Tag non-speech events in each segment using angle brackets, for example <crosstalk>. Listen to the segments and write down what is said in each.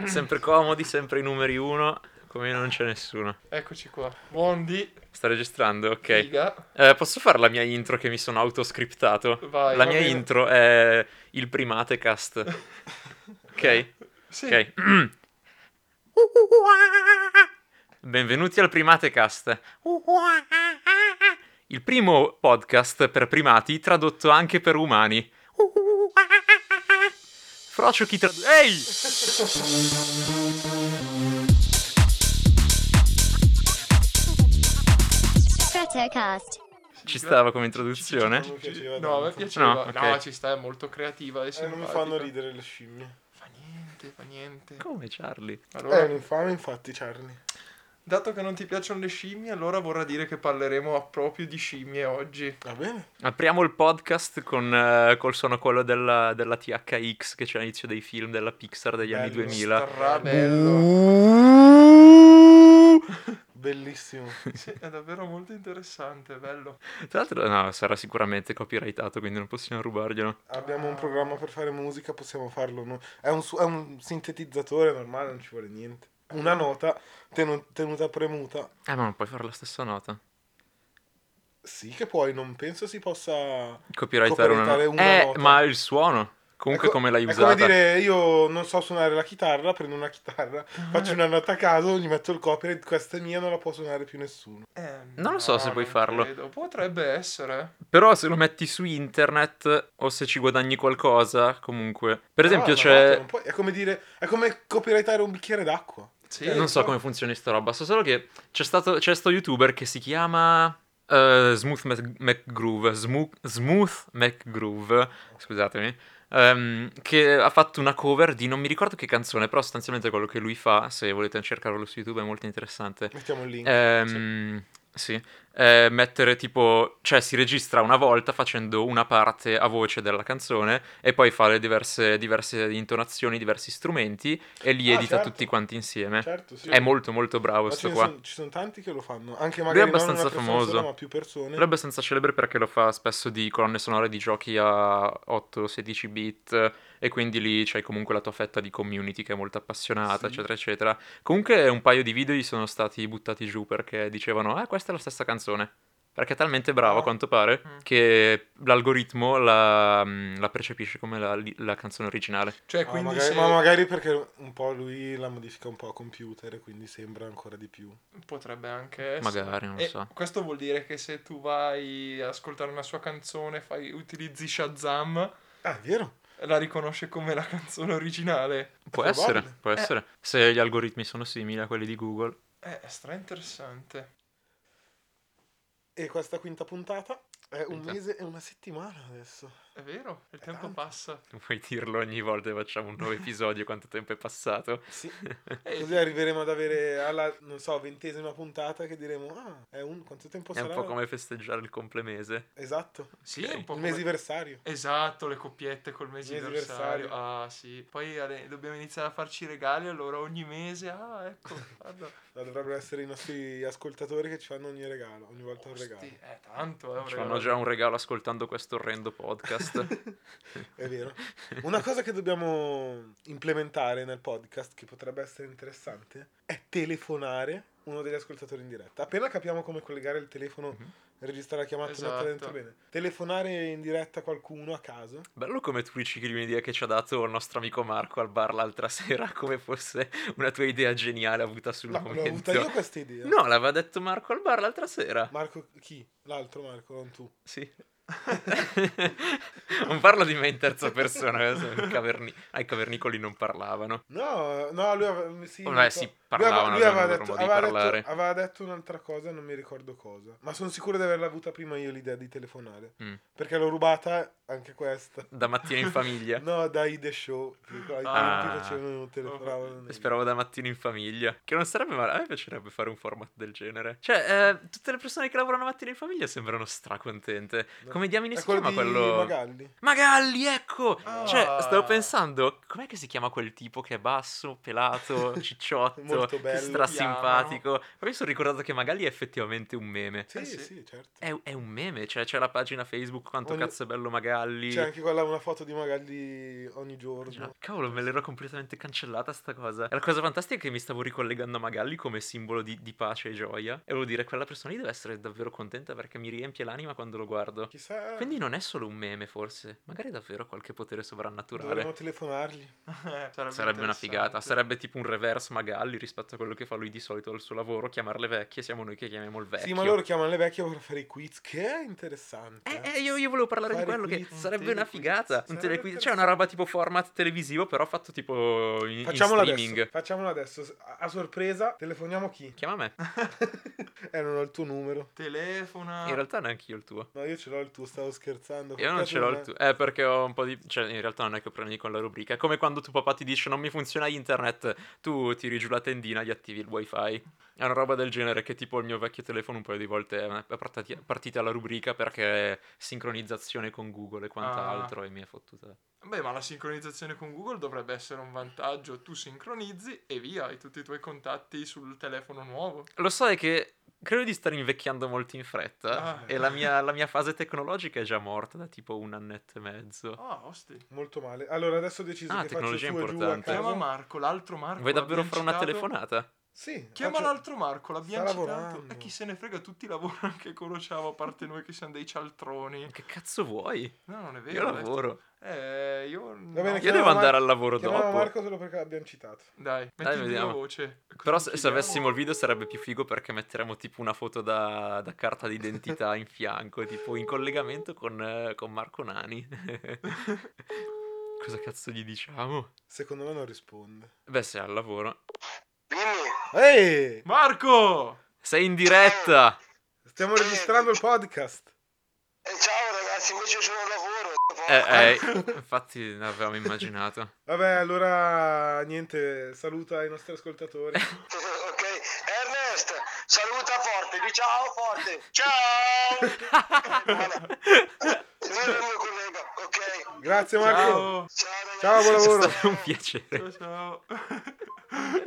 Mm. Sempre comodi, sempre i numeri uno, come non c'è nessuno. Eccoci qua. Mondi, Sta registrando, ok. figa. Eh, posso fare la mia intro che mi sono autoscriptato? Vai, la va mia bene. intro è il primate cast. <laughs> ok, Sì. ok. <clears throat> Benvenuti al primate cast. Il primo podcast per primati tradotto anche per umani. Frocio chi traduce... Ehi! Stratocast. Ci stava come Ci- ci- introduzione? non mi piaceva No, a me tanto. piaceva. No, No, ok. ci sta, è molto creativa e Eh, non mi simpatica. fanno ridere le scimmie. Fa niente, fa niente. Come Charlie? È Allora, un infame, infatti, Charlie. dato che non ti piacciono le scimmie, allora vorrà dire che parleremo proprio di scimmie oggi. Va bene. Apriamo il podcast con, eh, col suono quello della, della THX che c'è all'inizio dei film della Pixar degli anni Bello, 2000. Strabello. Uh! Bellissimo. Sì, è davvero molto interessante, bello. Tra l'altro, no, sarà sicuramente copyrightato, quindi non possiamo rubarglielo. Abbiamo un programma per fare musica, possiamo farlo. no? È, un, su- è un sintetizzatore normale, non ci vuole niente. Una nota tenu- tenuta premuta. Eh, ma non puoi fare la stessa nota. Sì che puoi, non penso si possa... Copyrightare una, Copyrightare una eh, nota. ma il suono. Comunque È co- come l'hai Ecco, È come usata. dire, io non so suonare la chitarra, prendo una chitarra, faccio una nota a caso, gli metto il copyright, questa è mia, non la può suonare più nessuno. Eh, Non lo so se puoi non farlo. credo. Potrebbe essere. Però se lo metti su internet o se ci guadagni qualcosa, comunque. Per Però esempio la Ah, nota c'è... non puoi- È come dire, è come copyrightare un bicchiere d'acqua. Sì, Eh, non so però- come funzioni sta roba, so solo che c'è stato c'è sto youtuber che si chiama eh, Smooth Mac- McGroove, Smoo- Smooth McGroove, scusatemi, ehm, che ha fatto una cover di non mi ricordo che canzone, però sostanzialmente quello che lui fa, se volete cercarlo su YouTube è molto interessante. Mettiamo il link. Ehm, sì, Eh, mettere tipo, cioè si registra una volta facendo una parte a voce della canzone e poi fa le diverse, diverse intonazioni, diversi strumenti e li Ah, edita certo. tutti quanti insieme. Certo, sì. eh, È molto molto bravo Ma ce sto ne qua. son- ci sono tanti che lo fanno. Anche Lui è magari abbastanza non una persona famoso. sola, ma più persone. Lui è abbastanza celebre perché lo fa spesso di colonne sonore di giochi a 8-16 bit e quindi lì c'hai comunque la tua fetta di community che è molto appassionata, Sì. eccetera, eccetera. Comunque un paio di video gli sono stati buttati giù perché dicevano, ah, questa è la stessa canzone. Perché è talmente bravo, a Ah. quanto pare, Mm. che l'algoritmo la, mm, la percepisce come la, la canzone originale. Cioè, Ma quindi Ah, magari, se- ma magari perché un po' lui la modifica un po' a computer e quindi sembra ancora di più. Potrebbe anche essere. Magari, non E so. Questo vuol dire che se tu vai ad ascoltare una sua canzone, fai, utilizzi Shazam, Ah, è vero? la riconosce come la canzone originale. Può È essere, probabile. può essere. Se gli algoritmi sono simili a quelli di Google. Eh, È stra interessante. E questa quinta puntata è un Quinta. mese e una settimana adesso. È vero, il È tempo tanto. passa. <laughs> Puoi dirlo ogni volta che facciamo un nuovo episodio, quanto tempo è passato. <laughs> Sì. Così arriveremo ad avere alla, non so, ventesima puntata che diremo, ah, è un... quanto tempo È sarà? un po' come festeggiare il complemese. Esatto, Sì, Ok. è un po' il come- mesiversario. Esatto, le coppiette col mesiversario. Mesiversario. Ah, sì. Poi Ale, dobbiamo iniziare a farci regali, allora ogni mese. Ah, <laughs> ecco, guarda. No, Dovrebbero essere i nostri ascoltatori che ci fanno ogni regalo, ogni volta un regalo. Osti, eh, tanto, è un Ci regalo. fanno già un regalo ascoltando questo orrendo podcast. <laughs> È vero. Una cosa che dobbiamo implementare nel podcast che potrebbe essere interessante è telefonare uno degli ascoltatori in diretta. Appena capiamo come collegare il telefono, Mhm. registrare la chiamata e Esatto. metterla dentro bene. Telefonare in diretta qualcuno a caso. Bello come tu ricicli un'idea che ci ha dato il nostro amico Marco al bar l'altra sera, <laughs> come fosse una tua idea geniale avuta sul No, l'ho momento. avuta io questa idea. No, l'aveva detto Marco al bar l'altra sera. Marco chi? L'altro Marco, non tu. <laughs> Sì. non parlo di me in terza persona, adesso i caverni- ai cavernicoli non parlavano. No, no, lui aveva sì, Vabbè, mi si ricordo. parlavano, lui aveva, lui avevano aveva un detto, loro modo di aveva detto- parlare. aveva detto un'altra cosa, non mi ricordo cosa. Ma sono sicuro di averla avuta prima io l'idea di telefonare. Mm. Perché l'ho rubata anche questa. Da mattina in famiglia. <laughs> No, dai The Show. Ai tempi Ah. Eh, facevano telefonavano. Speravo da mattino in famiglia. Che non sarebbe male. A me piacerebbe fare un format del genere. Cioè, eh, tutte le persone che lavorano mattina in famiglia sembrano stracontente. No. Come diamine È si chiama di quello? Magalli. Magalli, ecco! Ah. <laughs> Cioè, stavo pensando, com'è che si chiama quel tipo che è basso, pelato, cicciotto? Molto bello, molto bello, che strasimpatico. Poi mi sono ricordato che magari è effettivamente un meme. Sì, Eh sì, sì. certo. È, è un meme, cioè c'è la pagina Facebook quanto Ogni- Cioè, cazzo è bello Magalli. C'è anche quella una foto di Magalli ogni giorno. Già, Cavolo, me l'ero completamente cancellata sta cosa. E la cosa fantastica è che mi stavo ricollegando a Magalli come simbolo di, di pace e gioia. E volevo dire, quella persona lì deve essere davvero contenta perché mi riempie l'anima quando lo guardo. Chissà, Quindi non è solo un meme, forse. Magari è davvero qualche potere dovremmo sovrannaturale. telefonargli. <laughs> sarebbe, Sarebbe una figata. interessante. Sarebbe tipo un reverse Magalli rispetto a quello che fa lui di solito al suo lavoro. Chiamarle vecchie, siamo noi che chiamiamo il vecchio. Sì, ma loro chiamano le vecchie per fare i quiz, che è interessante. Eh, eh, io, io volevo parlare di Fare quello quiz, che un sarebbe una telequiz. figata. Un Sarebbe telequiz. Cioè, interessante. una roba tipo format televisivo, però fatto tipo in, in Facciamolo streaming. adesso. Facciamolo adesso. A, a sorpresa, telefoniamo chi? <laughs> Chiama me. eh, non ho il tuo numero. Telefona. In realtà neanche io il tuo. No, io ce l'ho il tuo, stavo scherzando. Io non Perché ce l'ho il me- tuo. Eh, perché ho un po' di. Cioè, in realtà non è che ho problemi con la rubrica. È come quando tuo papà ti dice non mi funziona internet, tu tiri giù la tendina e gli attivi il wifi. È una roba del genere che tipo il mio vecchio telefono un paio di volte è partati- è partita la rubrica perché sincronizzazione con Google e quant'altro Ah. e mi è fottuta. Beh, ma la sincronizzazione con Google dovrebbe essere un vantaggio. Tu sincronizzi e via, hai tutti i tuoi contatti sul telefono nuovo. Lo so è che credo di stare invecchiando molto in fretta Ah. e la mia, la mia fase tecnologica è già morta da tipo un annetto e mezzo. Ah, osti. Molto male. Allora, adesso ho deciso Ah, che faccio tecnologia su e giù a importante. Chiama caso. Marco, l'altro Marco. Vuoi davvero fare l'abbiamo una citato? telefonata? Sì. Chiama faccio- l'altro Marco, l'abbiamo Sta citato. lavorando. E chi se ne frega, tutti lavorano che conosciamo, a parte noi che siamo dei cialtroni. Che cazzo vuoi? No, non è vero. Io lavoro. Eh, io... Va bene, no. Io chiamiamo devo andare Mar- al lavoro Chiamiamo dopo. Marco solo perché l'abbiamo citato. Dai, metti la vediamo. voce. Però se, se Chiediamo- avessimo il video sarebbe più figo perché metteremmo tipo una foto da, da carta d'identità in fianco, tipo in collegamento con, eh, con Marco Nani. <laughs> Cosa cazzo gli diciamo? Secondo me non risponde. Beh, sei al lavoro. Dimmi, Ehi! Marco! Sei in diretta! Stiamo registrando il podcast. eh, ciao ragazzi, invece sono al lavoro. Eh, eh, Ecco. infatti ne avevamo immaginato. Vabbè, allora niente, saluta i nostri <laughs> ascoltatori. eh. <laughs> ok, Ernest, saluta forte, di ciao forte. <laughs> Ciao! Guarda, Lui è il mio collega, ok? Grazie Marco. Ciao! Ciao, Ciao ragazzi. buon È lavoro. stato un <laughs> piacere. Ciao, ciao.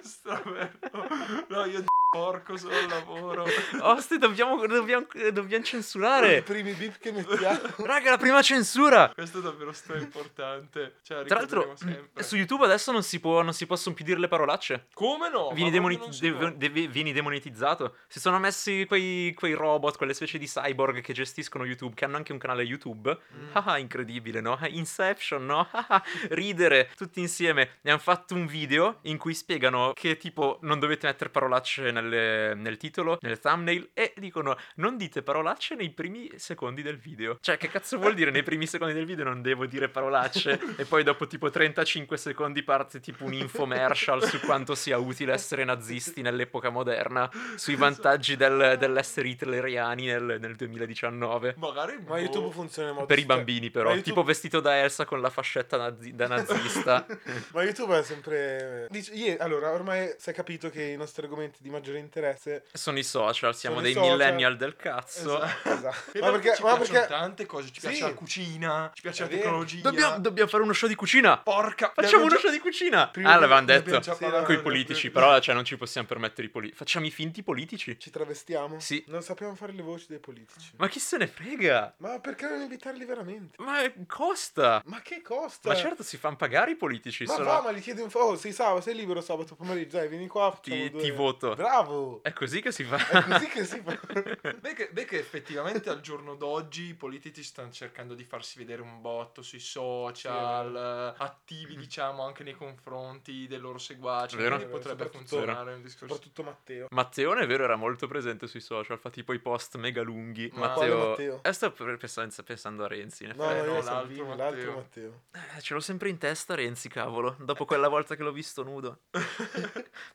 Straverno. No, io porco sono al lavoro. Osti, dobbiamo, dobbiamo, dobbiamo I censurare. primi beep che mettiamo. Raga, la prima censura. Questo è davvero sto importante. Cioè, Tra l'altro, mm, ricorderemo sempre. su YouTube adesso non si, può, non si possono più dire le parolacce. Come no? vieni, Ma proprio non demoneti- si può. de- de- vieni demonetizzato. Si sono messi quei, quei robot, quelle specie di cyborg che gestiscono YouTube, che hanno anche un canale YouTube. Mm. Ah, ah, incredibile, no? Inception, no? <laughs> Ah, ah, ridere tutti insieme. E hanno fatto un video in cui spiegano che tipo non dovete mettere parolacce nelle- nel titolo, nel thumbnail e dicono non dite parolacce nei primi secondi del video. Cioè, che cazzo vuol dire nei primi secondi del video non devo dire <laughs> parolacce? e poi dopo tipo 35 secondi parte tipo un infomercial su quanto sia utile essere nazisti nell'epoca moderna, sui vantaggi del- dell'essere hitleriani nel, nel 2019. Magari Ma boh. YouTube funziona in modo Oh. Per i stra- bambini, però. Ma YouTube- Tipo vestito da Elsa con la fascetta nazi- da nazista. <laughs> Ma YouTube è sempre. Dici- ie- allora, ormai si è capito che i nostri argomenti di maggiore interesse. Sono i social, siamo Sono i dei social. millennial del cazzo. <laughs> Esatto. Esatto. E ma perché. ci Ma piacciono perché... tante cose, ci piace Sì. la cucina, ci piace È la vero. tecnologia. Dobbiamo, dobbiamo fare uno show di cucina. Porca, Facciamo uno una show di cucina. Prima Ah, di- l'avevamo ne detto. pensa- Con i politici, però cioè, non ci possiamo permettere i politici. Facciamo i finti politici. Ci travestiamo? Sì. Non sappiamo fare le voci dei politici. Ma, Ma chi se ne frega? perché non invitarli veramente? Ma costa. Ma che costa? Ma certo si fanno pagare i politici. Ma sono- va, ma gli chiedi un po'. Oh, sei sabato, sei libero sabato pomeriggio, dai, vieni qua. facciamo ti, due- ti voto. <laughs> Bravo! È così che si fa. <laughs> È così che si fa. <laughs> Beh che, beh che effettivamente al giorno d'oggi i politici stanno cercando di farsi vedere un botto sui social, eh, attivi diciamo anche nei confronti dei loro seguaci, Vero. quindi potrebbe Soprattutto- funzionare un discorso. Soprattutto Matteo. Matteone, è vero, era molto presente sui social, fa tipo i post mega lunghi. Ma Matteo... quale Matteo? Eh, sto per- pensando, pensando a Renzi, in No, effetti. no, io no, sono l'altro Vini, l'altro, Matteo. Matteo. Eh, ce l'ho sempre in testa Renzi, cavolo. Dopo quella volta che l'ho visto nudo.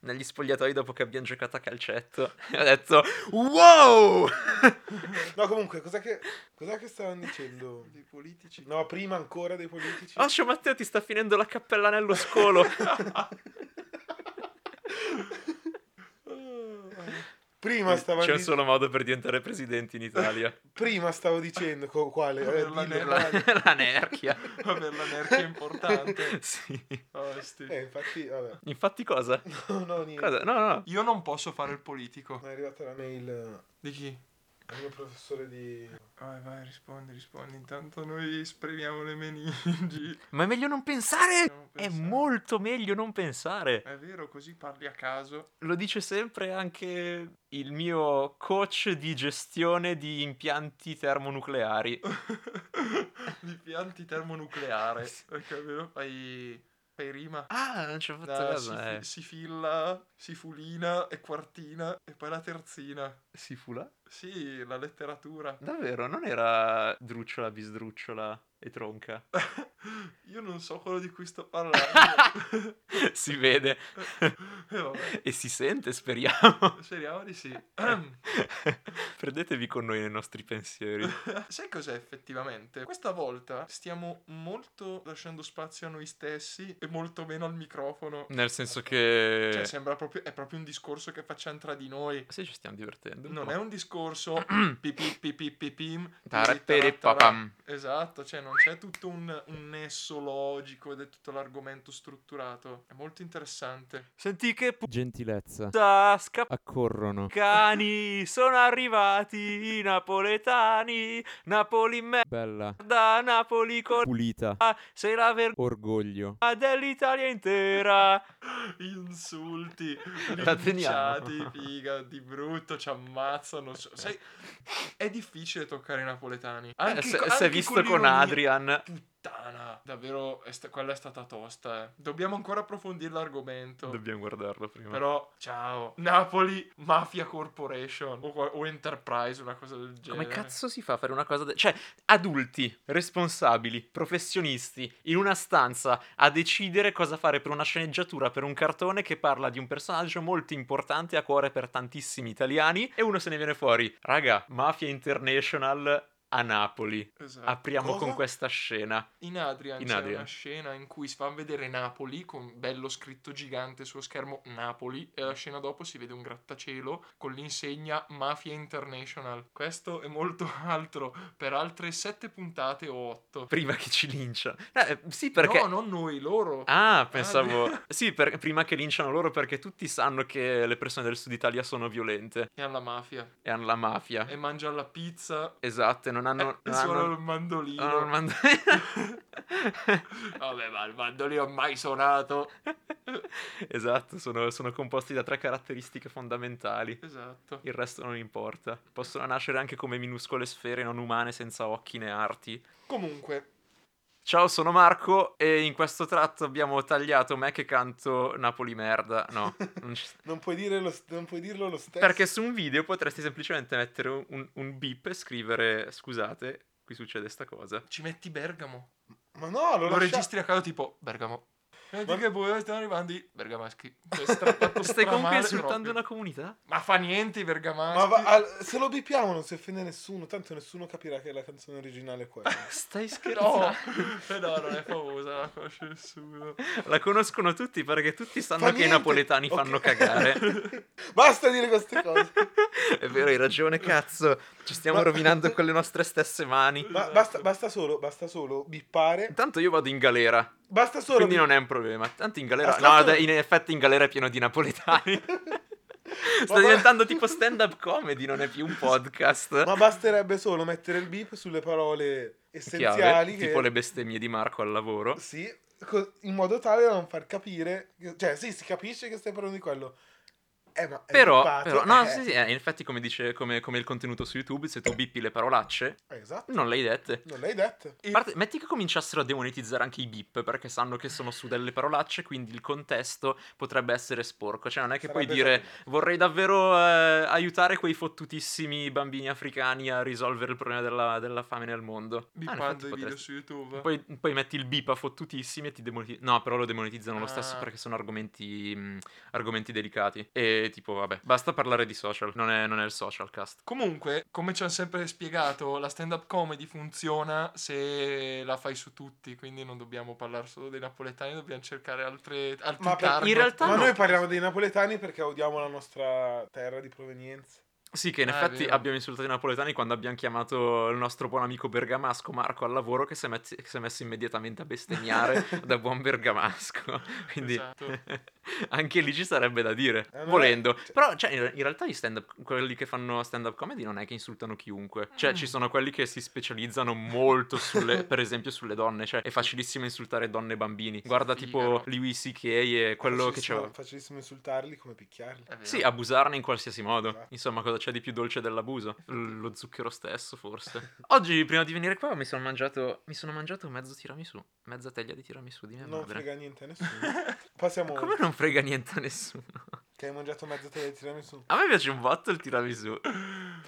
Negli spogliatoi dopo che abbiamo giocato a calcetto. E ho detto, wow! No, comunque, cos'è che, cos'è che stavano dicendo? Dei politici. No, prima ancora dei politici. Oh, ciao Matteo, ti sta finendo la cappella nello scolo. <laughs> Eh, Prima stava C'è un di- solo modo per diventare presidente in Italia. Prima stavo dicendo co- quale? Eh, Per la dillo, <laughs> nera. quale? L'anarchia. Vabbè, la nerchia è importante. Sì. Oh, questi. <laughs> Eh, infatti, vabbè. Infatti cosa? No, no, niente. Cosa? No, no. Io non posso fare il politico. Mi è arrivata la mail eh, Di chi? al mio professore di... Vai, vai, rispondi, rispondi. Intanto noi spremiamo le meningi. Ma è meglio non pensare! Non È pensare. Eh. molto meglio non pensare. È vero, così parli a caso. <laughs> Lo dice sempre anche il mio coach di gestione di impianti termonucleari. Di pianti termonucleare. Perché vero? Fai, fai rima. Ah, non ci ho fatto Da caso. si, fi- eh. si filla, si fulina e quartina e poi la terzina. Si fula? Sì, la letteratura. <laughs> Davvero, non era drucciola, bisdrucciola e tronca. Io non so quello di cui sto <laughs> parlando. <laughs> si vede E vabbè, e si sente, speriamo. <clears throat> speriamo di sì. <clears throat> Ehm. <laughs> Prendetevi con noi nei nostri <laughs> pensieri. Sai cos'è effettivamente? Questa volta stiamo molto lasciando spazio a noi stessi e molto meno al microfono. Nel senso che... Cioè, sembra proprio, è proprio un discorso che facciamo tra di noi. Sì, ci stiamo divertendo. un Non po'. è <clears throat> un discorso pipi pipi pipim. Taraperepapam. Esatto, cioè non c'è tutto un, un nesso logico ed è tutto l'argomento strutturato. È molto interessante. <laughs> Senti che pu- Gentilezza. tasca Accorrono. <laughs> Cani, sono arrivati i napoletani, Napoli in Bella. merda, Napoli con Pulita. sei la vergogna Orgoglio. dell'Italia intera. Insulti, La teniamo. linciati, figa, di brutto, ci ammazzano. So- Sai, è difficile toccare i napoletani. Anche, Eh, se, co- se anche visto con, l'ironia. Adrian, Puttana, davvero, è sta- quella è stata tosta, eh. Dobbiamo ancora approfondire l'argomento. dobbiamo guardarlo prima. Però, ciao. Napoli Mafia Corporation o, qua- o Enterprise, una cosa del genere. Come cazzo si fa a fare una cosa del... Cioè, adulti, responsabili, professionisti, in una stanza a decidere cosa fare per una sceneggiatura, per un cartone che parla di un personaggio molto importante a cuore per tantissimi italiani e uno se ne viene fuori. Raga, Mafia International a Napoli. Esatto. Apriamo Cosa? con questa scena. In Adrian In c'è Adrian. una scena in cui si fa vedere Napoli con bello scritto gigante sullo schermo Napoli e la scena dopo si vede un grattacielo con l'insegna Mafia International. Questo e molto <laughs> altro per altre sette puntate o otto. Prima che ci lincia. Eh, sì, perché... No, non noi, loro. Ah, pensavo... Ah, <laughs> sì, per- prima che linciano loro perché tutti sanno che le persone del sud Italia sono violente E alla mafia. e hanno la mafia. E mangia la pizza. Esatto, e non hanno... <laughs> e non suona hanno- Eh, il mandolino. Ah, non mando- Vabbè, ma il mandolino mai suonato. <laughs> esatto, sono, sono composti da tre caratteristiche fondamentali. Esatto. Il resto non importa. Possono nascere anche come minuscole sfere non umane senza occhi né arti. Comunque, Ciao, sono Marco e in questo tratto abbiamo tagliato me che canto Napoli merda. No, non <laughs> ci sta. Non puoi, dire lo- non puoi dirlo lo stesso. Perché su un video potresti semplicemente mettere un, un beep e scrivere scusate, qui succede sta cosa. ci metti Bergamo. Ma no, lo, Lo, lascia- registri a caso tipo Bergamo. Vedi Ma- che voi stiamo arrivando i Bergamaschi. Cioè, <laughs> strappato Stai comunque stramale insultando proprio. una comunità? Ma fa niente i Bergamaschi. Ma va- al- se lo bipiamo non si offende nessuno, tanto nessuno capirà che la canzone originale <laughs> è quella. <laughs> Stai No, scherzando? Eh no, non è famosa, la conosce nessuno. La conoscono tutti perché tutti sanno Fa che i niente. napoletani Ok. fanno <laughs> cagare. Basta dire queste cose. È vero, hai ragione, cazzo. Ci stiamo Ma- rovinando con le nostre stesse mani. Ma basta, basta solo, basta solo bippare. Tanto io vado in galera, Basta solo. Ah, quindi non è un problema. Tanto in galera... No, Ascolta- dai, in effetti in galera è pieno di <laughs> napoletani. Sta Ma- diventando tipo stand-up comedy, non è più un podcast. Ma basterebbe solo mettere il bip sulle parole essenziali. Chiave, che- tipo le bestemmie di Marco al lavoro. Sì, co- in modo tale da non far capire. che- Cioè, sì, si capisce che stai parlando di quello. Eh, ma. è Però, bippato, però- no, eh. sì, sì, eh, in effetti come dice, come, come il contenuto su YouTube, se tu bippi le parolacce, Eh, Esatto, non le hai dette. non l'hai detto. A parte- metti che cominciassero a demonetizzare anche i bip perché sanno che sono su delle parolacce, quindi il contesto potrebbe essere sporco. Cioè, non è che puoi Sarebbe dire esagerato. vorrei davvero eh, aiutare quei fottutissimi bambini africani a risolvere il problema della, della fame nel mondo. Ah, in Bippando effetti i video potresti. su YouTube. Poi, poi metti il bip a fottutissimi e ti demonetizzano. No, però lo demonetizzano lo stesso Ah. perché sono argomenti, mh, argomenti delicati. E tipo, vabbè, basta parlare di social, non è, non è il social cast. Comunque, come ci hanno sempre spiegato, la stand-up comedy funziona se la fai su tutti, quindi non dobbiamo parlare solo dei napoletani, dobbiamo cercare altre, altri Ma per- target. Esatto. in realtà Ma no. noi parliamo dei napoletani perché odiamo la nostra terra di provenienza. Sì, che in Ah, è effetti vero. abbiamo insultato i napoletani quando abbiamo chiamato il nostro buon amico bergamasco Marco al lavoro che si è, mezz- che si è messo immediatamente a <laughs> bestemmiare da buon bergamasco. <laughs> Quindi Esatto. anche lì ci sarebbe da dire, Eh, ma- volendo. cioè- Però cioè, in re- in realtà gli stand-up, quelli che fanno stand-up comedy non è che insultano chiunque. Cioè Mm. ci sono quelli che si specializzano molto <laughs> sulle, per esempio sulle donne. Cioè è facilissimo insultare donne e bambini. Guarda tipo Figaro. Louis C.K. e quello che c'è... Facilissimo- Facilissimo insultarli come picchiarli. È vero. Sì, abusarne in qualsiasi modo. Esatto. Insomma, cosa c'è di più dolce dell'abuso? L- lo zucchero stesso, <laughs> forse. Oggi, prima di venire qua, mi sono mangiato. Mi sono mangiato mezzo tiramisù. Mezza teglia di tiramisù di mia Non madre. <laughs> frega niente a nessuno. Passiamo Eh, Come non frega niente a nessuno? Che hai mangiato mezza teglia di tiramisù. A me piace un botto il tiramisù.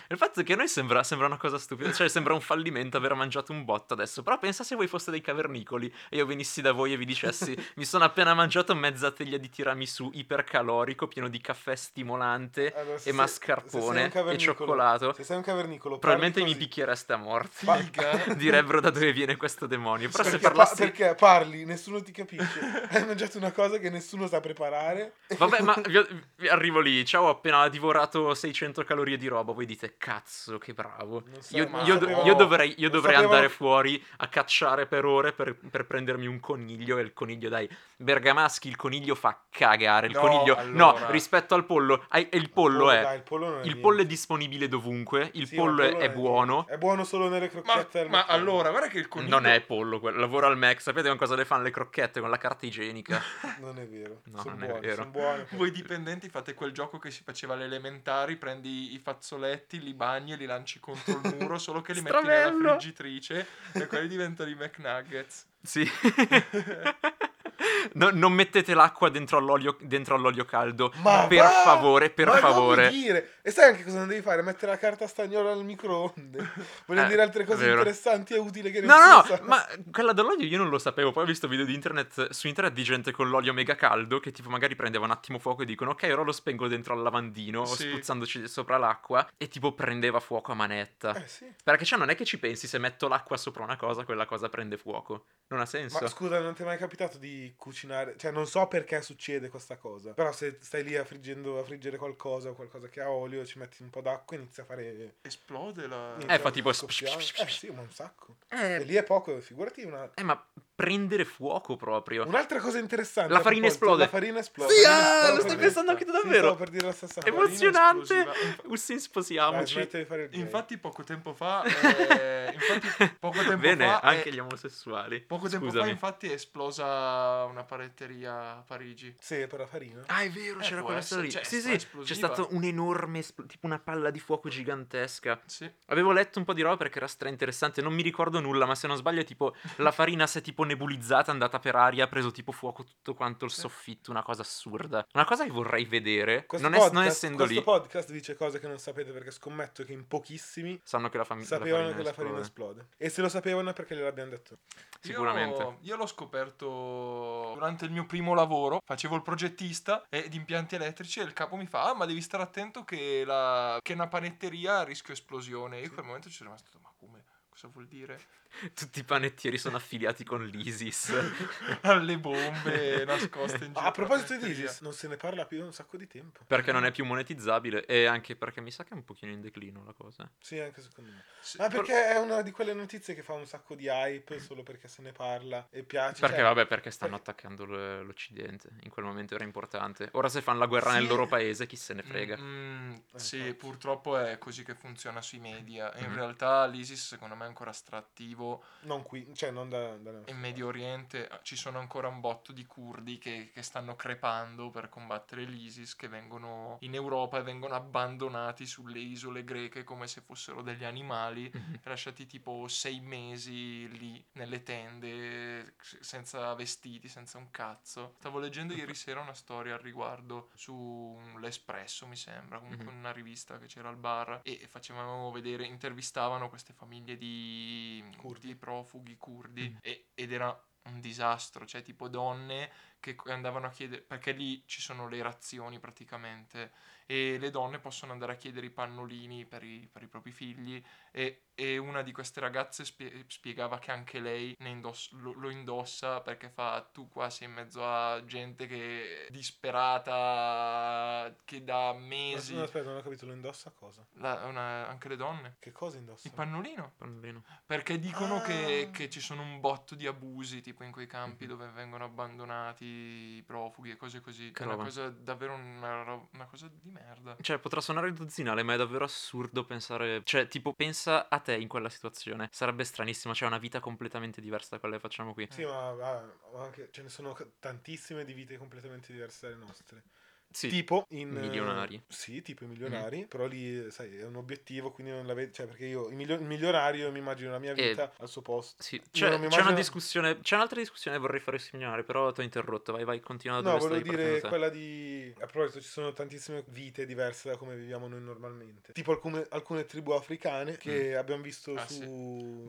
Il fatto è che a noi sembra, sembra una cosa stupida, cioè sembra un fallimento aver mangiato un botto adesso. Però pensa se voi foste dei cavernicoli e io venissi da voi e vi <laughs> dicessi: Mi sono appena mangiato mezza teglia di tiramisù ipercalorico, pieno di caffè stimolante Allora, e Eh, se sei- se sei un mascarpone e cavernicolo- cioccolato. Se sei un cavernicolo, Probabilmente mi picchia picchiereste a morte. Figa. <laughs> Direbbero da dove viene questo demonio. Però se perché, parlassi. pa- perché parli, nessuno <laughs> ti capisce. Hai mangiato una cosa che nessuno sa preparare. Vabbè, ma vi- vi arrivo lì. Ciao, ho appena divorato 600 calorie di roba. Voi dite, cazzo, che bravo. Non so, Io, ma io- sapevano- io dovrei, io non dovrei sapevano- andare fuori a cacciare per ore per, per prendermi un coniglio. E il coniglio, dai, Bergamaschi, il coniglio fa cagare. Il No, coniglio, no, allora. rispetto al pollo, ai- e il pollo è. Oh, dai, il pollo non è il niente. pollo è disponibile dovunque. Il Sì, ma pollo è, non è buono. niente. È buono solo nelle Ma, crocchette. al ma maccherone. allora, guarda che il coniglio... Non è pollo quello, lavora al Mac, sapete con cosa le fanno le crocchette con la carta igienica? Non è vero. No, Sono non è buone, vero. <laughs> sono buone. Voi dipendenti fate quel gioco che si faceva alle elementari, prendi i fazzoletti, li bagni e li lanci contro il <laughs> muro, solo che li metti nella Strabello. friggitrice e quelli diventano i McNuggets. Sì. No- non mettete l'acqua dentro all'olio, dentro all'olio caldo. Ma Eh, per va! favore, per Ma non favore. mi dire. E sai anche cosa non devi fare? Mettere la carta stagnola al microonde. <laughs> Volevo Eh, dire altre cose vero. interessanti e utili che No, no, nessuno no, sa. ma quella dell'olio io non lo sapevo. Poi ho visto video di internet, su internet di gente con l'olio mega caldo che tipo magari prendeva un attimo fuoco e dicono ok, ora lo spengo dentro al lavandino o Sì. spruzzandoci sopra l'acqua e tipo prendeva fuoco a manetta. Eh sì. Perché cioè non è che ci pensi se metto l'acqua sopra una cosa, quella cosa prende fuoco. Non ha senso. Ma scusa, non ti è mai capitato di cucinare? Cioè, non so perché succede questa cosa. Però se stai lì a, friggendo- a friggere qualcosa o qualcosa che ha olio, ci metti un po' d'acqua e inizia a fare. Esplode la... inizia Eh, fa a tipo scoppiare. Eh sì, ma un sacco. E Eh, lì è poco, figurati una. eh, ma prendere fuoco proprio. Un'altra cosa interessante. La a farina proposito, esplode. La farina esplode. Sì, La ah, farina lo esplode. sto pensando anche tu Sì, davvemo. stavo per dire la stessa cosa. Emozione. Emozionante! esplosiva. Ussin, Dai, sposiamoci. smettila di fare il gay. Infatti poco <laughs> tempo fa... eh, infatti poco tempo Bene, fa... anche eh, gli omosessuali. Poco tempo fa Scusami. infatti è esplosa una paletteria a Parigi. Sì, per la farina. Ah, è vero, Eh, c'era può quella storia essere, lì. cioè, sì, sì, sta c'è esplosiva. stato un enorme, espl- tipo una palla di fuoco gigantesca. Sì. Avevo letto un po' di roba perché era stra interessante, non mi ricordo nulla, ma se non sbaglio è tipo la farina si è tipo nebulizzata, è andata per aria, ha preso tipo fuoco tutto quanto il soffitto, una cosa assurda. Una cosa che vorrei vedere, Questo non, es- non podcast- essendo lì, Questo podcast dice cose che non sapete perché scommetto che in pochissimi sanno che la, fam- Mm, la sapevano farina che la farina esplode. E se lo sapevano è perché gliel'abbiamo detto. Sicuramente. Io, io l'ho scoperto durante il mio primo lavoro, facevo il progettista eh, di impianti elettrici e il capo mi fa, ah ma devi stare attento che, la... che una panetteria a rischio esplosione. Io in quel momento ci sono rimasto, ma come? Cosa vuol dire? Tutti i panettieri sono affiliati con l'ISIS. <laughs> Alle bombe nascoste in giro. Ah, a per la proposito di panetteria. ISIS, non se ne parla più da un sacco di tempo. <laughs> Perché non è più monetizzabile e anche perché mi sa che è un pochino in declino la cosa. Ah, Sì, anche secondo me. Sì, Ma però- perché è una di quelle notizie che fa un sacco di hype solo perché se ne parla e piace. Perché cioè, vabbè, perché stanno perché- attaccando l- l'Occidente, in quel momento era importante. Ora se fanno la guerra Sì. nel loro paese, chi se ne frega. Mm, mm, Eh, sì, infatti. purtroppo è così che funziona sui media. E Mhm. in realtà l'ISIS secondo me è ancora strattivo Non qui, cioè non da... da in Medio Oriente eh, ci sono ancora un botto di curdi che, che stanno crepando per combattere l'ISIS, che vengono in Europa e vengono abbandonati sulle isole greche come se fossero degli animali, Mhm. lasciati tipo sei mesi lì nelle tende, s- senza vestiti, senza un cazzo. Stavo leggendo ieri sera una storia al riguardo su un- l'Espresso, mi sembra, comunque Mhm. una rivista che c'era al bar e facevano vedere, intervistavano queste famiglie di Curdi. curdi, profughi curdi e- ed era un disastro, cioè tipo donne che andavano a chiedere, perché lì ci sono le razioni praticamente, e le donne possono andare a chiedere i pannolini per i, per i propri figli, e, e una di queste ragazze spie- spiegava che anche lei ne indoss- lo, lo indossa perché fa tu qua sei in mezzo a gente che è disperata, che da mesi... No, aspetta, non ho capito, lo indossa cosa? La- una- anche le donne. Che cosa indossa? Il pannolino. Pannolino. Perché dicono Ah. Mhm. che, che ci sono un botto di abusi, tipo in quei campi dove vengono abbandonati i profughi e cose così. Che è una Roba. cosa davvero una, ro- una cosa di merda. Cioè, potrà suonare dozzinale, ma è davvero assurdo pensare. Cioè, tipo, pensa a te in quella situazione. Sarebbe stranissima, cioè, una vita completamente diversa da quella che facciamo qui. Sì, ma, ah, ma anche- ce ne sono ca- tantissime di vite completamente diverse dalle nostre. Sì. Tipo in eh, Milionari. Sì, tipo i milionari, però lì sai, è un obiettivo, quindi non la vedo, cioè perché io il, milio- il milionario mi immagino la mia Eh, vita al suo posto. Sì, Io c'è, non c'è mi immagino- una discussione, c'è un'altra discussione che vorrei fare segnalare, però ti ho interrotto, vai, vai, continua da No, dove volevo stavi dire partendo te. quella di... A proposito, ci sono tantissime vite diverse da come viviamo noi normalmente. Tipo alcune, alcune tribù africane che abbiamo visto Ah, su... sì.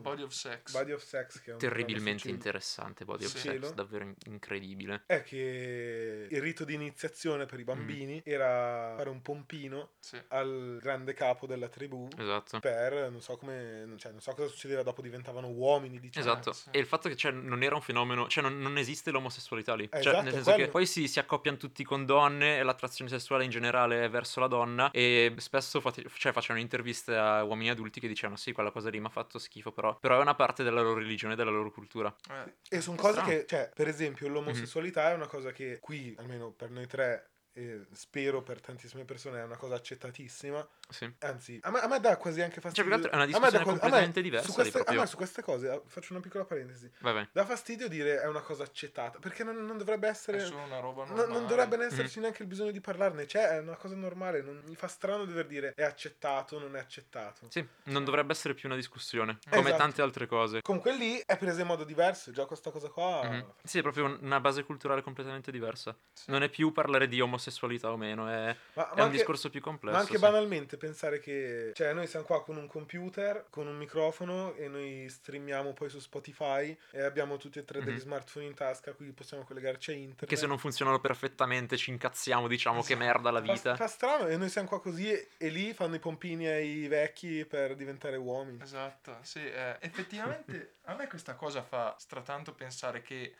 Body of sex. Mm. Body of Sex. Che è un programma Terribilmente su Cielo. interessante, Body of Sì. Cielo. Sex, davvero in- incredibile. È Eh, che il rito di iniziazione per i bambini era fare un pompino Sì. al grande capo della tribù Esatto. <laughs> per, non so come, cioè non so cosa succedeva dopo, diventavano uomini, diciamo. Esatto, sì. e il fatto che cioè, non era un fenomeno, cioè non, non esiste l'omosessualità lì, cioè, esatto, nel senso quello. che poi si, si accoppiano tutti con donne e l'attrazione sessuale in generale è verso la donna e spesso fate- cioè, facevano interviste a uomini adulti che dicevano sì quella cosa lì mi ha fatto schifo però, però è una parte della loro religione, della loro cultura. Eh, E sono cose Strano. Mhm. che, cioè, per esempio, l'omosessualità è una cosa che qui, almeno per noi tre, e spero per tantissime persone, è una cosa accettatissima. Sì. Anzi, a me, a me dà quasi anche Cioè, più fastidio. che altro è una a me discussione dà quasi- a me completamente su diversa lì queste- proprio. A me su queste cose, ah, faccio una piccola parentesi, Vai vai. dà fastidio dire è una cosa accettata, perché non, non dovrebbe è essere... solo una roba non- Non, normale. dovrebbe Mhm. esserci neanche il bisogno di parlarne, cioè è una cosa normale, non, mi fa strano dover dire è accettato, non è accettato. Sì, non dovrebbe essere più una discussione, Eh, come esatto. tante altre cose. Comunque lì è presa in modo diverso, già questa cosa qua... Ah. Mhm. Sì, è proprio un- una base culturale completamente diversa. Sì. Non è più parlare di omosessualità o meno, è, Ma, è ma un anche- discorso più complesso. Ma anche sì. banalmente pensare che cioè noi siamo qua con un computer, con un microfono e noi streamiamo poi su Spotify e abbiamo tutti e tre degli Mhm. smartphone in tasca, quindi possiamo collegarci a internet. Che se non funzionano perfettamente ci incazziamo, diciamo Esatto. che merda la Fa- vita. Fa, strano e noi siamo qua così e, e lì fanno i pompini ai vecchi per diventare uomini. Esatto, sì, eh, effettivamente a me questa cosa fa stratanto pensare che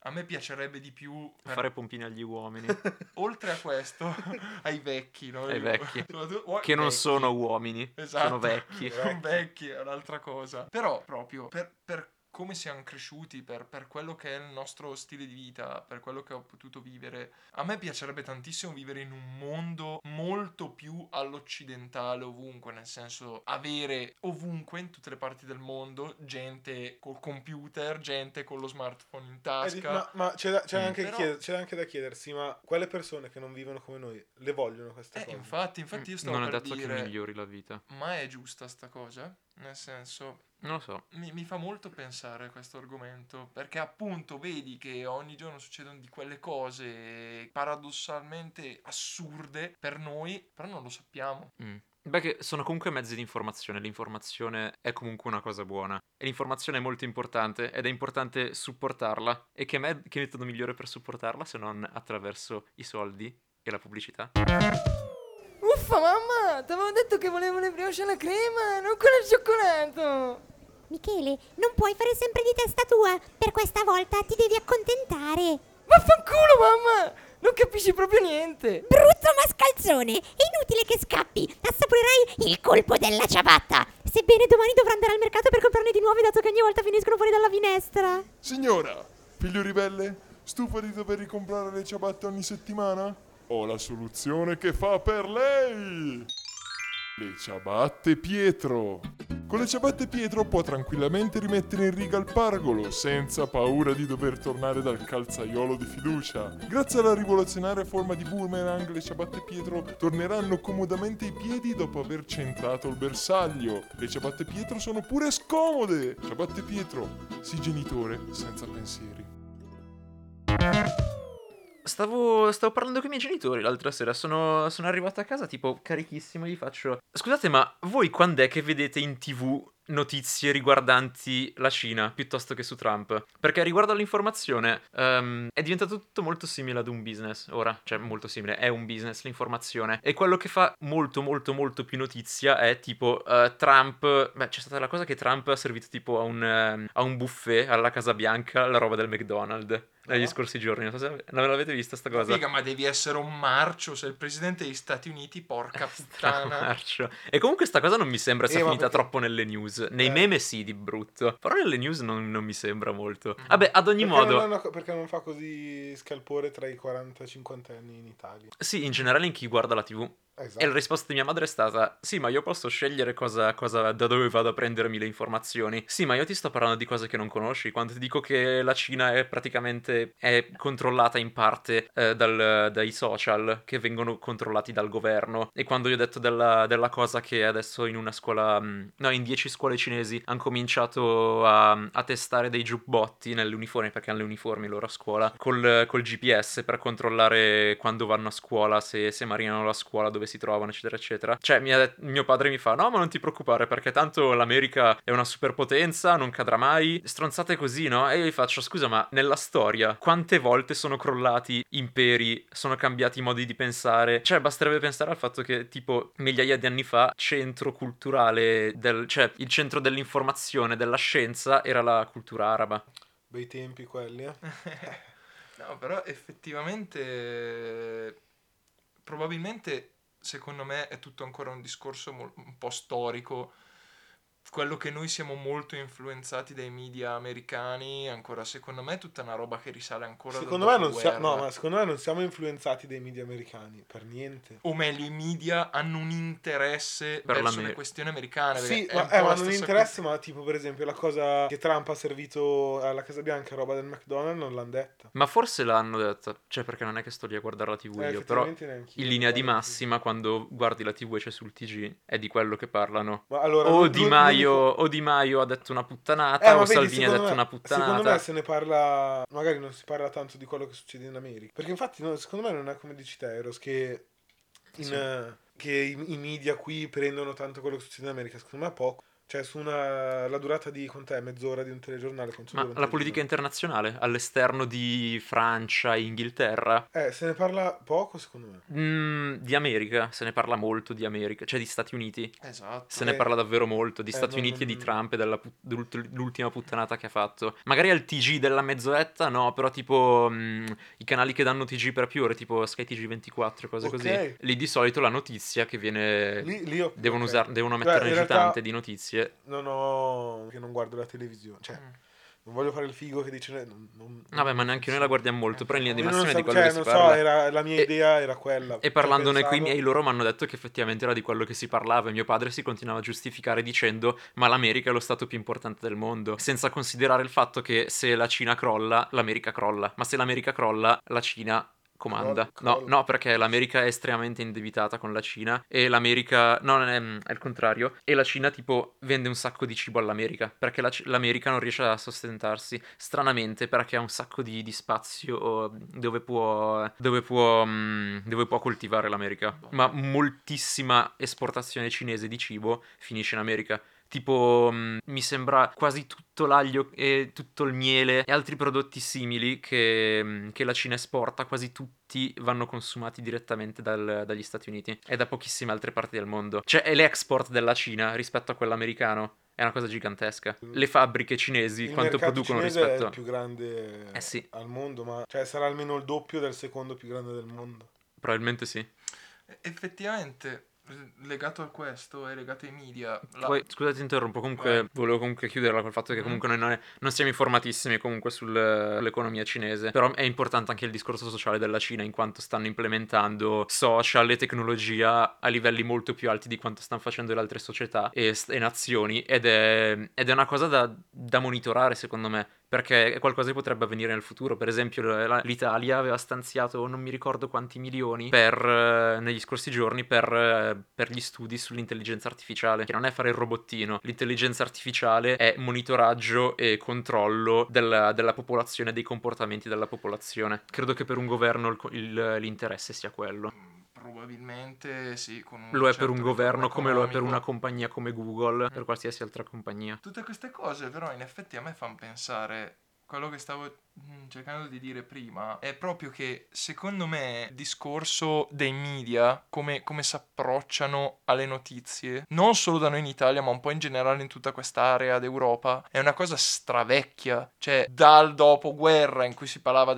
a me piacerebbe di più per- Fare pompini agli <laughs> uomini, oltre a <laughs> questo ai vecchi, no? Cioè, Ai vecchi. <laughs> Soprattutto- che non vecchi. sono uomini, Esatto. sono vecchi. <laughs> Sono vecchi, è un'altra cosa. Però proprio per, per come siamo cresciuti, per, per quello che è il nostro stile di vita, per quello che ho potuto vivere, a me piacerebbe tantissimo vivere in un mondo molto più all'occidentale ovunque, nel senso avere ovunque, in tutte le parti del mondo, gente col computer, gente con lo smartphone in Eh, di- tasca. Ma, ma c'è, da, c'è Mm. anche Però- chied- c'è anche da chiedersi, ma quelle persone che non vivono come noi le vogliono queste Eh, cose? infatti, infatti io stavo non è per detto che dire, migliori la vita. ma è giusta sta cosa? Nel senso, Non lo so. Mi, mi fa molto pensare questo argomento, perché appunto vedi che ogni giorno succedono di quelle cose paradossalmente assurde per noi, però non lo sappiamo. Mm. Beh, che sono comunque mezzi di informazione, l'informazione è comunque una cosa buona. E l'informazione è molto importante ed è importante supportarla. E che, me- che metodo migliore per supportarla se non attraverso i soldi e la pubblicità? Uffa mamma, ti avevo detto che volevo le brioche alla crema, non con il cioccolato. Michele, non puoi fare sempre di testa tua. Per questa volta ti devi accontentare. Vaffanculo mamma, non capisci proprio niente. Brutto mascalzone! È inutile che scappi! Assaporerai il colpo della ciabatta! Sebbene domani dovrò andare al mercato per comprarne di nuove, dato che ogni volta finiscono fuori dalla finestra. Signora, figlio ribelle, stufa di dover ricomprare le ciabatte ogni settimana? Ho la soluzione che fa per lei! Le ciabatte Pietro. Con le ciabatte Pietro può tranquillamente rimettere in riga il pargolo senza paura di dover tornare dal calzaiolo di fiducia. Grazie alla rivoluzionaria forma di boomerang, le ciabatte Pietro torneranno comodamente ai piedi dopo aver centrato il bersaglio. Le ciabatte Pietro sono pure scomode. Ciabatte Pietro, sii genitore senza pensieri. Stavo, stavo parlando con i miei genitori l'altra sera. Sono, sono arrivato a casa tipo carichissimo. Gli faccio: Scusate, ma voi quando è che vedete in tv notizie riguardanti la Cina piuttosto che su Trump? Perché riguardo all'informazione ehm, è diventato tutto molto simile ad un business ora. Cioè, molto simile. È un business l'informazione. E quello che fa molto, molto, molto più notizia è tipo eh, Trump. Beh, c'è stata la cosa che Trump ha servito tipo a un, ehm, a un buffet alla Casa Bianca la roba del McDonald's negli No. scorsi giorni. Non, so se- non l'avete vista sta cosa? <laughs> Figa, ma devi essere un marcio. Sei il presidente degli Stati Uniti, porca puttana. Stramarcio. E comunque sta cosa non mi sembra sia Eh, ma finita perché- troppo nelle news. Nei Eh. meme sì, di brutto. Però nelle news non, non mi sembra molto. Vabbè, ad ogni Mm. Perché modo, non è una co- perché non fa così scalpore tra i 40 e i 50 anni in Italia? sì, in generale in chi guarda la TV. Esatto. E la risposta di mia madre è stata: Sì, ma io posso scegliere cosa, cosa- da dove vado a prendermi le informazioni. Sì, ma io ti sto parlando di cose che non conosci. Quando ti dico che la Cina è praticamente è controllata in parte eh, dal- dai social che vengono controllati dal governo. E quando gli ho detto della, della cosa che adesso in una scuola, mh, no, in 10 scuole cinesi hanno cominciato a, a testare dei giubbotti nell'uniforme, perché hanno le uniformi loro a scuola, col, col GPS per controllare quando vanno a scuola, se, se marinano la scuola, dove si trovano, eccetera, eccetera. Cioè, mi ha det- mio padre mi fa, no, ma non ti preoccupare, perché tanto l'America è una superpotenza, non cadrà mai, stronzate così, no? E io gli faccio, scusa, ma nella storia quante volte sono crollati imperi, sono cambiati i modi di pensare? Cioè, basterebbe pensare al fatto che, tipo, migliaia di anni fa, centro culturale, del, cioè, il centro dell'informazione, della scienza, era la cultura araba. Bei tempi quelli, eh. No, però effettivamente. Probabilmente, secondo me, è tutto ancora un discorso mol- un po' storico. Quello che noi siamo molto influenzati dai media americani, ancora secondo me è tutta una roba che risale ancora Secondo dal me, non sia- no, dopoguerra. ma secondo me non siamo influenzati dai media americani, per niente. Uh, o meglio i media hanno un interesse Per verso l'Amer- le questioni americane. Sì, perché è ma, un po' eh, la ma non stessa interessa, ma tipo per esempio la cosa che Trump ha servito alla Casa Bianca, roba del McDonald's, non l'hanno detta. Ma forse l'hanno detta, cioè perché non è che sto lì a guardare la tv Eh, io, però effettivamente neanch'io, in linea di guarda, sì. massima quando guardi la tv e c'è sul TG è di quello che parlano. Ma allora, O l'u- Di l'unico- Maio, o Di Maio ha detto una Eh, puttanata, ma o vedi, Salvini ha secondo detto me- una Secondo me puttanata. se ne parla, magari non si parla tanto di quello che succede in America. Perché infatti, no, secondo me non è come dici te, Eros, che, in, Sì. eh, che i, i media qui prendono tanto quello che succede in America. Secondo me è poco. Cioè, su una, la durata di, quant'è, mezz'ora di un telegiornale. quanto Ma dura un la politica telegiornale? internazionale all'esterno di Francia, Inghilterra, Eh, se ne parla poco, secondo me. mm, di America, se ne parla molto di America, cioè di Stati Uniti. cosa. Esatto. Se Eh, ne parla davvero molto di eh, Stati non- Uniti e di Trump e della put- dell'ult- dell'ultima puttanata che ha fatto. Magari al TG della mezz'oretta, no, però tipo mh, i canali che danno TG per più ore, tipo Sky TG24 e cose Ok. così. Lì di solito la notizia che viene... Lì, lì ho- Cioè, Devono, ok. usar- devono Beh, mettere un in realtà rifiutante di notizie. Non ho... che non guardo la televisione. Cioè, Mm. non voglio fare il figo che dice... "Eh, Non, non- Vabbè, ma neanche noi la guardiamo molto, però in linea di Io non massima è di so- quello cioè, che si non parla. so, era, la mia E- idea era quella. E parlandone Cioè, coi pensavo- miei, loro mi hanno detto che effettivamente era di quello che si parlava. E mio padre si continuava a giustificare dicendo: Ma l'America è lo stato più importante del mondo. Senza considerare il fatto che se la Cina crolla, l'America crolla. Ma se l'America crolla, la Cina. Comanda. Crolla, No, crolla. no, perché l'America è estremamente indebitata con la Cina e l'America... No, non è, è il contrario. E la Cina tipo vende un sacco di cibo all'America perché la C- l'America non riesce a sostentarsi stranamente perché ha un sacco di, di spazio mm, dove può, dove, può, mm, dove può coltivare l'America. Ma moltissima esportazione cinese di cibo finisce in America. Tipo, mm, mi sembra quasi tutto l'aglio e tutto il miele e altri prodotti simili che, mm, che la Cina esporta, quasi tutti vanno consumati direttamente dal- dagli Stati Uniti e da pochissime altre parti del mondo. Cioè, è l'export della Cina rispetto a quello americano. È una cosa gigantesca. Le fabbriche cinesi Mm. il quanto mercato producono cinese rispetto è il più grande Eh sì. al mondo, ma cioè sarà almeno il doppio del secondo più grande del mondo. Probabilmente sì. Effettivamente, legato a questo e legato ai media, la- Poi, scusate, ti interrompo. Comunque, Vai. volevo comunque chiuderla col fatto che Mm. comunque noi non, è- non siamo informatissimi comunque sul- sull'economia cinese. Però è importante anche il discorso sociale della Cina, in quanto stanno implementando social e tecnologia a livelli molto più alti di quanto stanno facendo le altre società e, s- e nazioni. Ed è, ed è una cosa da, da monitorare, secondo me. perché è qualcosa che potrebbe avvenire nel futuro. Per esempio, la- l'Italia aveva stanziato non mi ricordo quanti milioni per, eh, negli scorsi giorni per, eh, per gli studi sull'intelligenza artificiale, che non è fare il robottino. L'intelligenza artificiale è monitoraggio e controllo della, della popolazione, dei comportamenti della popolazione. Credo che per un governo il co- il- l'interesse sia quello. Mm, Probabilmente sì. Con un Lo è per certo un governo ritorno come lo è per una economico. compagnia come Google, per qualsiasi altra compagnia. Tutte queste cose però in effetti a me fanno pensare quello che stavo mm, cercando di dire prima è proprio che secondo me il discorso dei media come, come si approcciano alle notizie non solo da noi in Italia ma un po' in generale in tutta quest'area d'Europa è una cosa stravecchia cioè dal dopoguerra in cui si parlava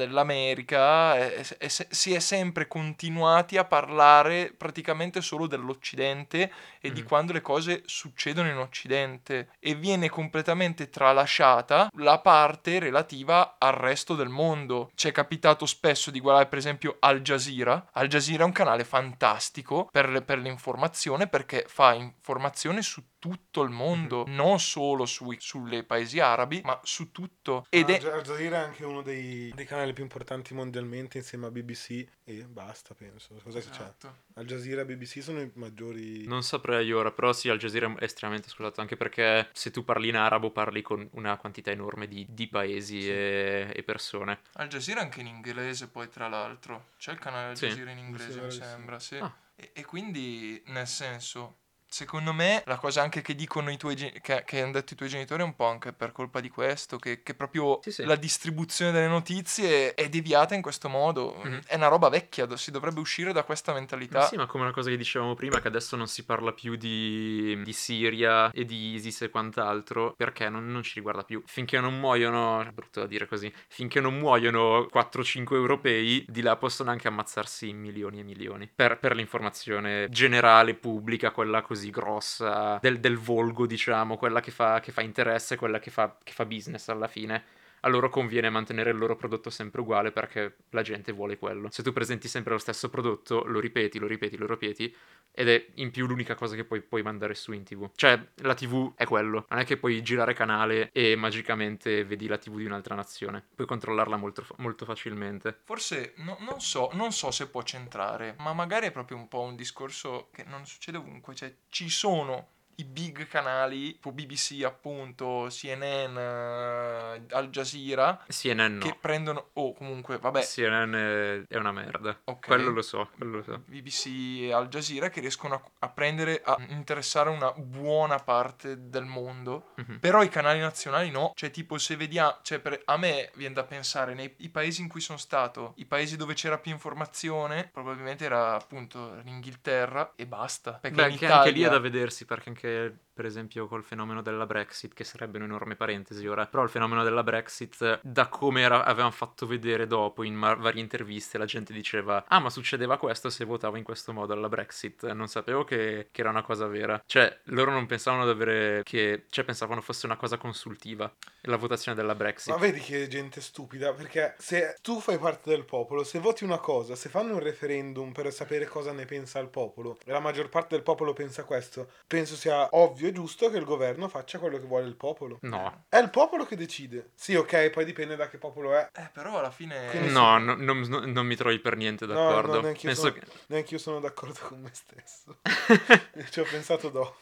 dell'America eh, eh, eh, se- si è sempre continuati a parlare praticamente solo dell'Occidente e di Mhm. quando le cose succedono in Occidente e viene completamente tralasciata la parte relativa al resto del mondo. Ci è capitato spesso di guardare per esempio Al Jazeera. Al Jazeera è un canale fantastico per, le- per l'informazione perché fa informazione su tutto il mondo, non solo sui, sulle paesi arabi, ma su tutto. Ed è... Al Jazeera è anche uno dei, dei canali più importanti mondialmente insieme a BBC e basta, penso. Cos'è che c'è? Esatto. Al Jazeera e BBC sono i maggiori... Non saprei ora, però sì, Al Jazeera è estremamente scusato, anche perché se tu parli in arabo parli con una quantità enorme di, di paesi e, e persone. Al Jazeera anche in inglese, poi tra l'altro. C'è il canale Al Sì. Jazeera in inglese, sembra mi di sì. sembra, sì. Ah. E, e quindi, nel senso, secondo me, la cosa anche che dicono i tuoi gen- che, che hanno detto i tuoi genitori è un po' anche per colpa di questo, che, che proprio Sì, sì. la distribuzione delle notizie è deviata in questo modo. Mhm. È una roba vecchia, do- si dovrebbe uscire da questa mentalità. Ma sì, ma come una cosa che dicevamo prima, che adesso non si parla più di, di Siria e di ISIS e quant'altro, perché non, non ci riguarda più. Finché non muoiono, è brutto da dire così, finché non muoiono 4-5 europei, di là possono anche ammazzarsi in milioni e milioni. Per, per l'informazione generale, pubblica, quella così grossa, del, del volgo, diciamo, quella che fa, che fa interesse, quella che fa, che fa business alla fine a loro conviene mantenere il loro prodotto sempre uguale perché la gente vuole quello. Se tu presenti sempre lo stesso prodotto, lo ripeti, lo ripeti, lo ripeti, ed è in più l'unica cosa che poi puoi mandare su in tv. Cioè, la tv è quello. Non è che puoi girare canale e magicamente vedi la tv di un'altra nazione. Puoi controllarla molto, fa- molto facilmente. Forse no- non, so, non so se può centrare, ma magari è proprio un po' un discorso che non succede ovunque, cioè ci sono i big canali, tipo BBC appunto, CNN, eh, Al Jazeera, CNN no. che prendono, o comunque, vabbè, CNN è- è una merda. Ok. Quello lo so, quello lo so. BBC e Al Jazeera che riescono a, a prendere, a interessare una buona parte del mondo. Mhm. Però i canali nazionali no. Cioè, tipo, se vediamo, cioè, per- a me viene da pensare nei i paesi in cui sono stato, i paesi dove c'era più informazione, probabilmente era appunto l'Inghilterra e basta. Perché Beh, in anche, Italia, anche lì è da vedersi, perché anche per esempio col fenomeno della Brexit, che sarebbe un'enorme parentesi ora, però il fenomeno della Brexit, da come era- avevano fatto vedere dopo in mar- varie interviste, la gente diceva, ah ma succedeva questo se votavo in questo modo alla Brexit, non sapevo che, che era una cosa vera. Cioè, loro non pensavano di avere, che, cioè pensavano fosse una cosa consultiva, la votazione della Brexit. Ma vedi che gente stupida, perché se tu fai parte del popolo, se voti una cosa, se fanno un referendum per sapere cosa ne pensa il popolo, e la maggior parte del popolo pensa questo, penso sia ovvio e giusto che il governo faccia quello che vuole il popolo. No, È il popolo che decide. Sì, ok, poi dipende da che popolo è. Eh, però alla fine. Quindi- no, no, non, non- non mi trovi per niente No, d'accordo. no, neanche io Penso sono- che- Neanche io sono d'accordo con me stesso. <laughs> <laughs> Ci ho pensato dopo.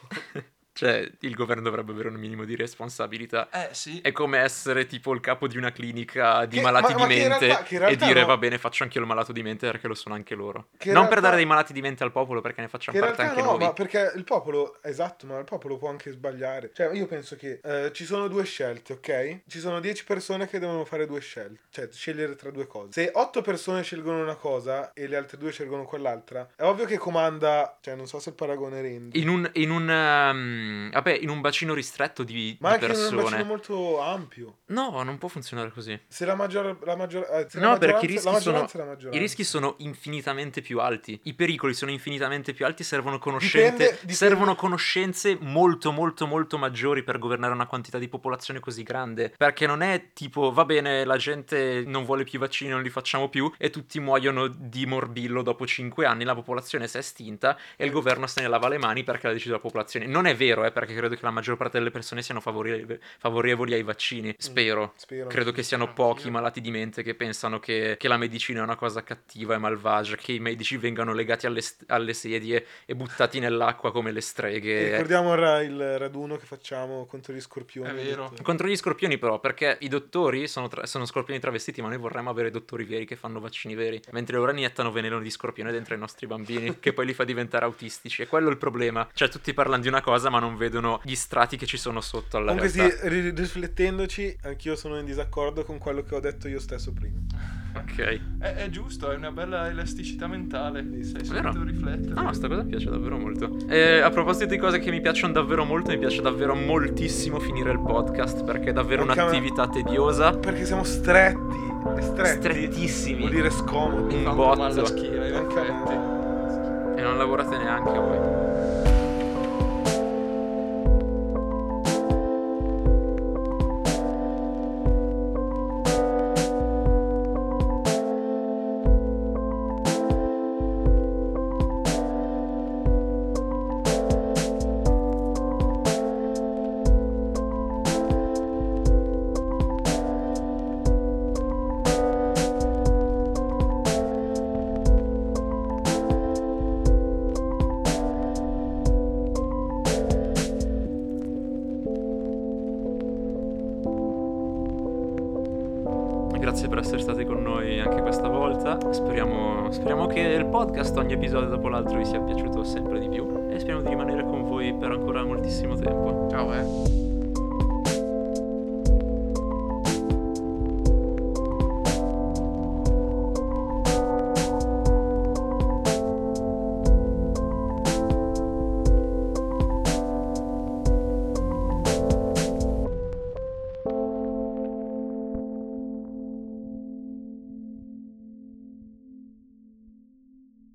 cioè, il governo dovrebbe avere un minimo di responsabilità. Eh sì. È come essere tipo il capo di una clinica di Che- malati ma- di ma che in mente realtà- che in realtà e dire no. va bene, faccio anch'io il malato di mente perché lo sono anche loro. Che in non per realtà- dare dei malati di mente al popolo perché ne Che facciamo in parte realtà anche no, noi. ma perché il popolo, esatto, ma il popolo può anche sbagliare. Cioè, io penso che eh, ci sono due scelte, ok? Ci sono 10 persone che devono fare due scelte, cioè scegliere tra due cose. Se 8 persone scelgono una cosa e le altre due scelgono quell'altra, è ovvio che comanda, cioè non so se il paragone rende. In un, in un, ehm, vabbè, in un bacino ristretto di, Ma di anche in un persone. bacino molto ampio. No, non può funzionare così. Se la maggior la maggior- eh, se la No, perché i maggioranza- rischi la maggioranza sono- è la maggioranza. I rischi sono infinitamente più alti, i pericoli sono infinitamente più alti, servono conoscenze, dipende- servono conoscenze molto molto molto maggiori per governare una quantità di popolazione così grande, perché non è tipo va bene, la gente non vuole più i vaccini, non li facciamo più e tutti muoiono di morbillo dopo 5 anni, la popolazione si è estinta e il governo se ne lava le mani perché l'ha deciso la popolazione. Non è spero, eh, perché credo che la maggior parte delle persone siano favorevoli, favorevoli ai vaccini. Mm. Spero. Spero. Credo che siano Anch'io. pochi i malati di mente che pensano che, che la medicina è una cosa cattiva e malvagia, che i medici vengano legati alle, st- alle sedie e buttati nell'acqua come le E streghe. Ricordiamo ora il raduno che facciamo contro gli scorpioni. È vero. Contro gli scorpioni, però, perché i dottori sono, tra- sono scorpioni travestiti, ma noi vorremmo avere dottori veri che fanno vaccini veri. Mentre ora iniettano veleno di scorpione dentro i nostri <laughs> bambini, che poi li fa diventare autistici. E quello è il problema. Cioè, tutti parlano di una cosa, ma non vedono gli strati che ci sono sotto alla Comunque sì, realtà. ri- riflettendoci, anch'io sono in disaccordo con quello che ho detto io stesso prima. Ok. È, è giusto, è una bella elasticità mentale. Sai Vero. solito riflettere. No, no, sta cosa mi piace davvero molto. E a proposito di cose che mi piacciono davvero molto, mi piace davvero moltissimo finire il podcast perché è davvero Anche a me. un'attività tediosa, Perché siamo stretti, e stretti. Vuol strettissimi dire scomodi. un Fa un po' male alla botto schiena, in Anche a me. effetti. e non lavorate neanche voi. Grazie per essere stati con noi anche questa volta. Speriamo, speriamo che il podcast ogni episodio dopo l'altro vi sia piaciuto sempre di più e speriamo di rimanere con voi per ancora moltissimo tempo. Ciao, eh.